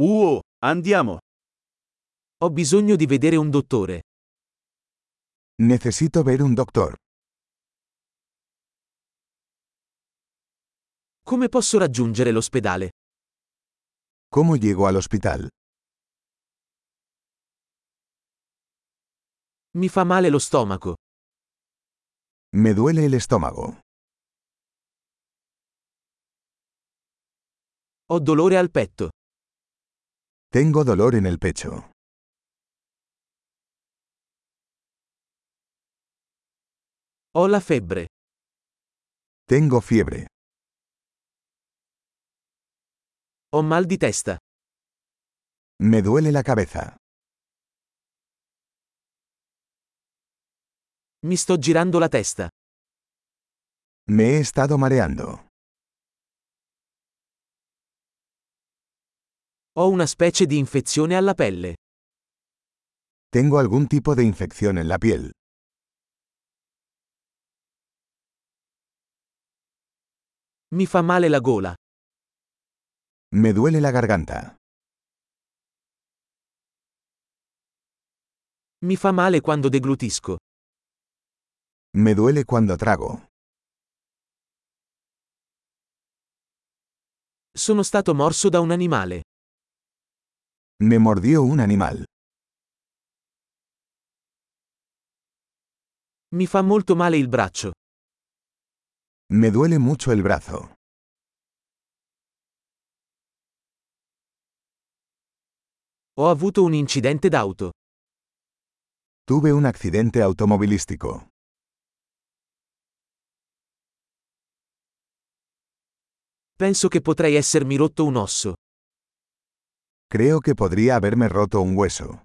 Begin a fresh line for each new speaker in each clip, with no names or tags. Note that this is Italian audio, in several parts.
Uh, andiamo.
Ho bisogno di vedere un dottore.
Necesito ver un doctor.
Come posso raggiungere l'ospedale?
¿Cómo llego al hospital?
Mi fa male lo stomaco.
Me duele el estómago.
Ho dolore al petto.
Tengo dolor en el pecho.
Ho la febbre.
Tengo fiebre.
Ho mal di testa.
Me duele la cabeza.
Mi sto girando la testa.
Me he estado mareando.
Ho una specie di infezione alla pelle.
Tengo algún tipo de infección en la piel.
Mi fa male la gola.
Me duele la garganta.
Mi fa male quando deglutisco.
Me duele cuando trago.
Sono stato morso da un animale.
Me mordió un animal.
Mi fa molto male il braccio.
Me duele mucho el brazo.
Ho avuto un incidente d'auto.
Tuve un accidente automovilístico.
Penso che potrei essermi rotto un osso.
Creo que podría haberme roto un hueso.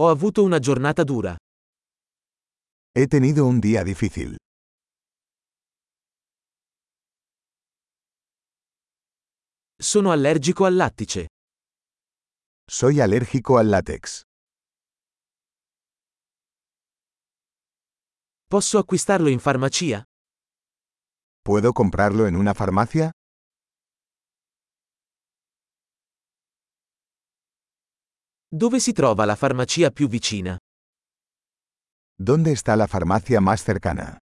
Ho avuto una giornata dura.
He tenido un día difícil.
Sono allergico al lattice.
Soy alérgico al látex.
Posso acquistarlo in farmacia?
¿Puedo comprarlo en una farmacia?
Dove si trova la farmacia più vicina?
¿Dónde está la farmacia más cercana?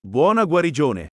Buona guarigione.